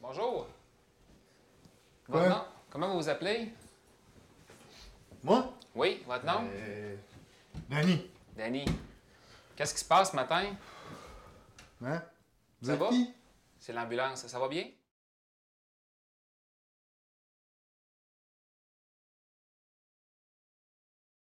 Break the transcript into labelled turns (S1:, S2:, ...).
S1: Bonjour.
S2: Quoi?
S1: Votre nom? Comment vous vous appelez?
S2: Moi?
S1: Oui, votre nom?
S2: Euh, Danny.
S1: Danny. Qu'est-ce qui se passe ce matin?
S2: Hein? Vous
S1: Ça
S2: êtes
S1: va?
S2: qui?
S1: C'est l'ambulance. Ça va bien?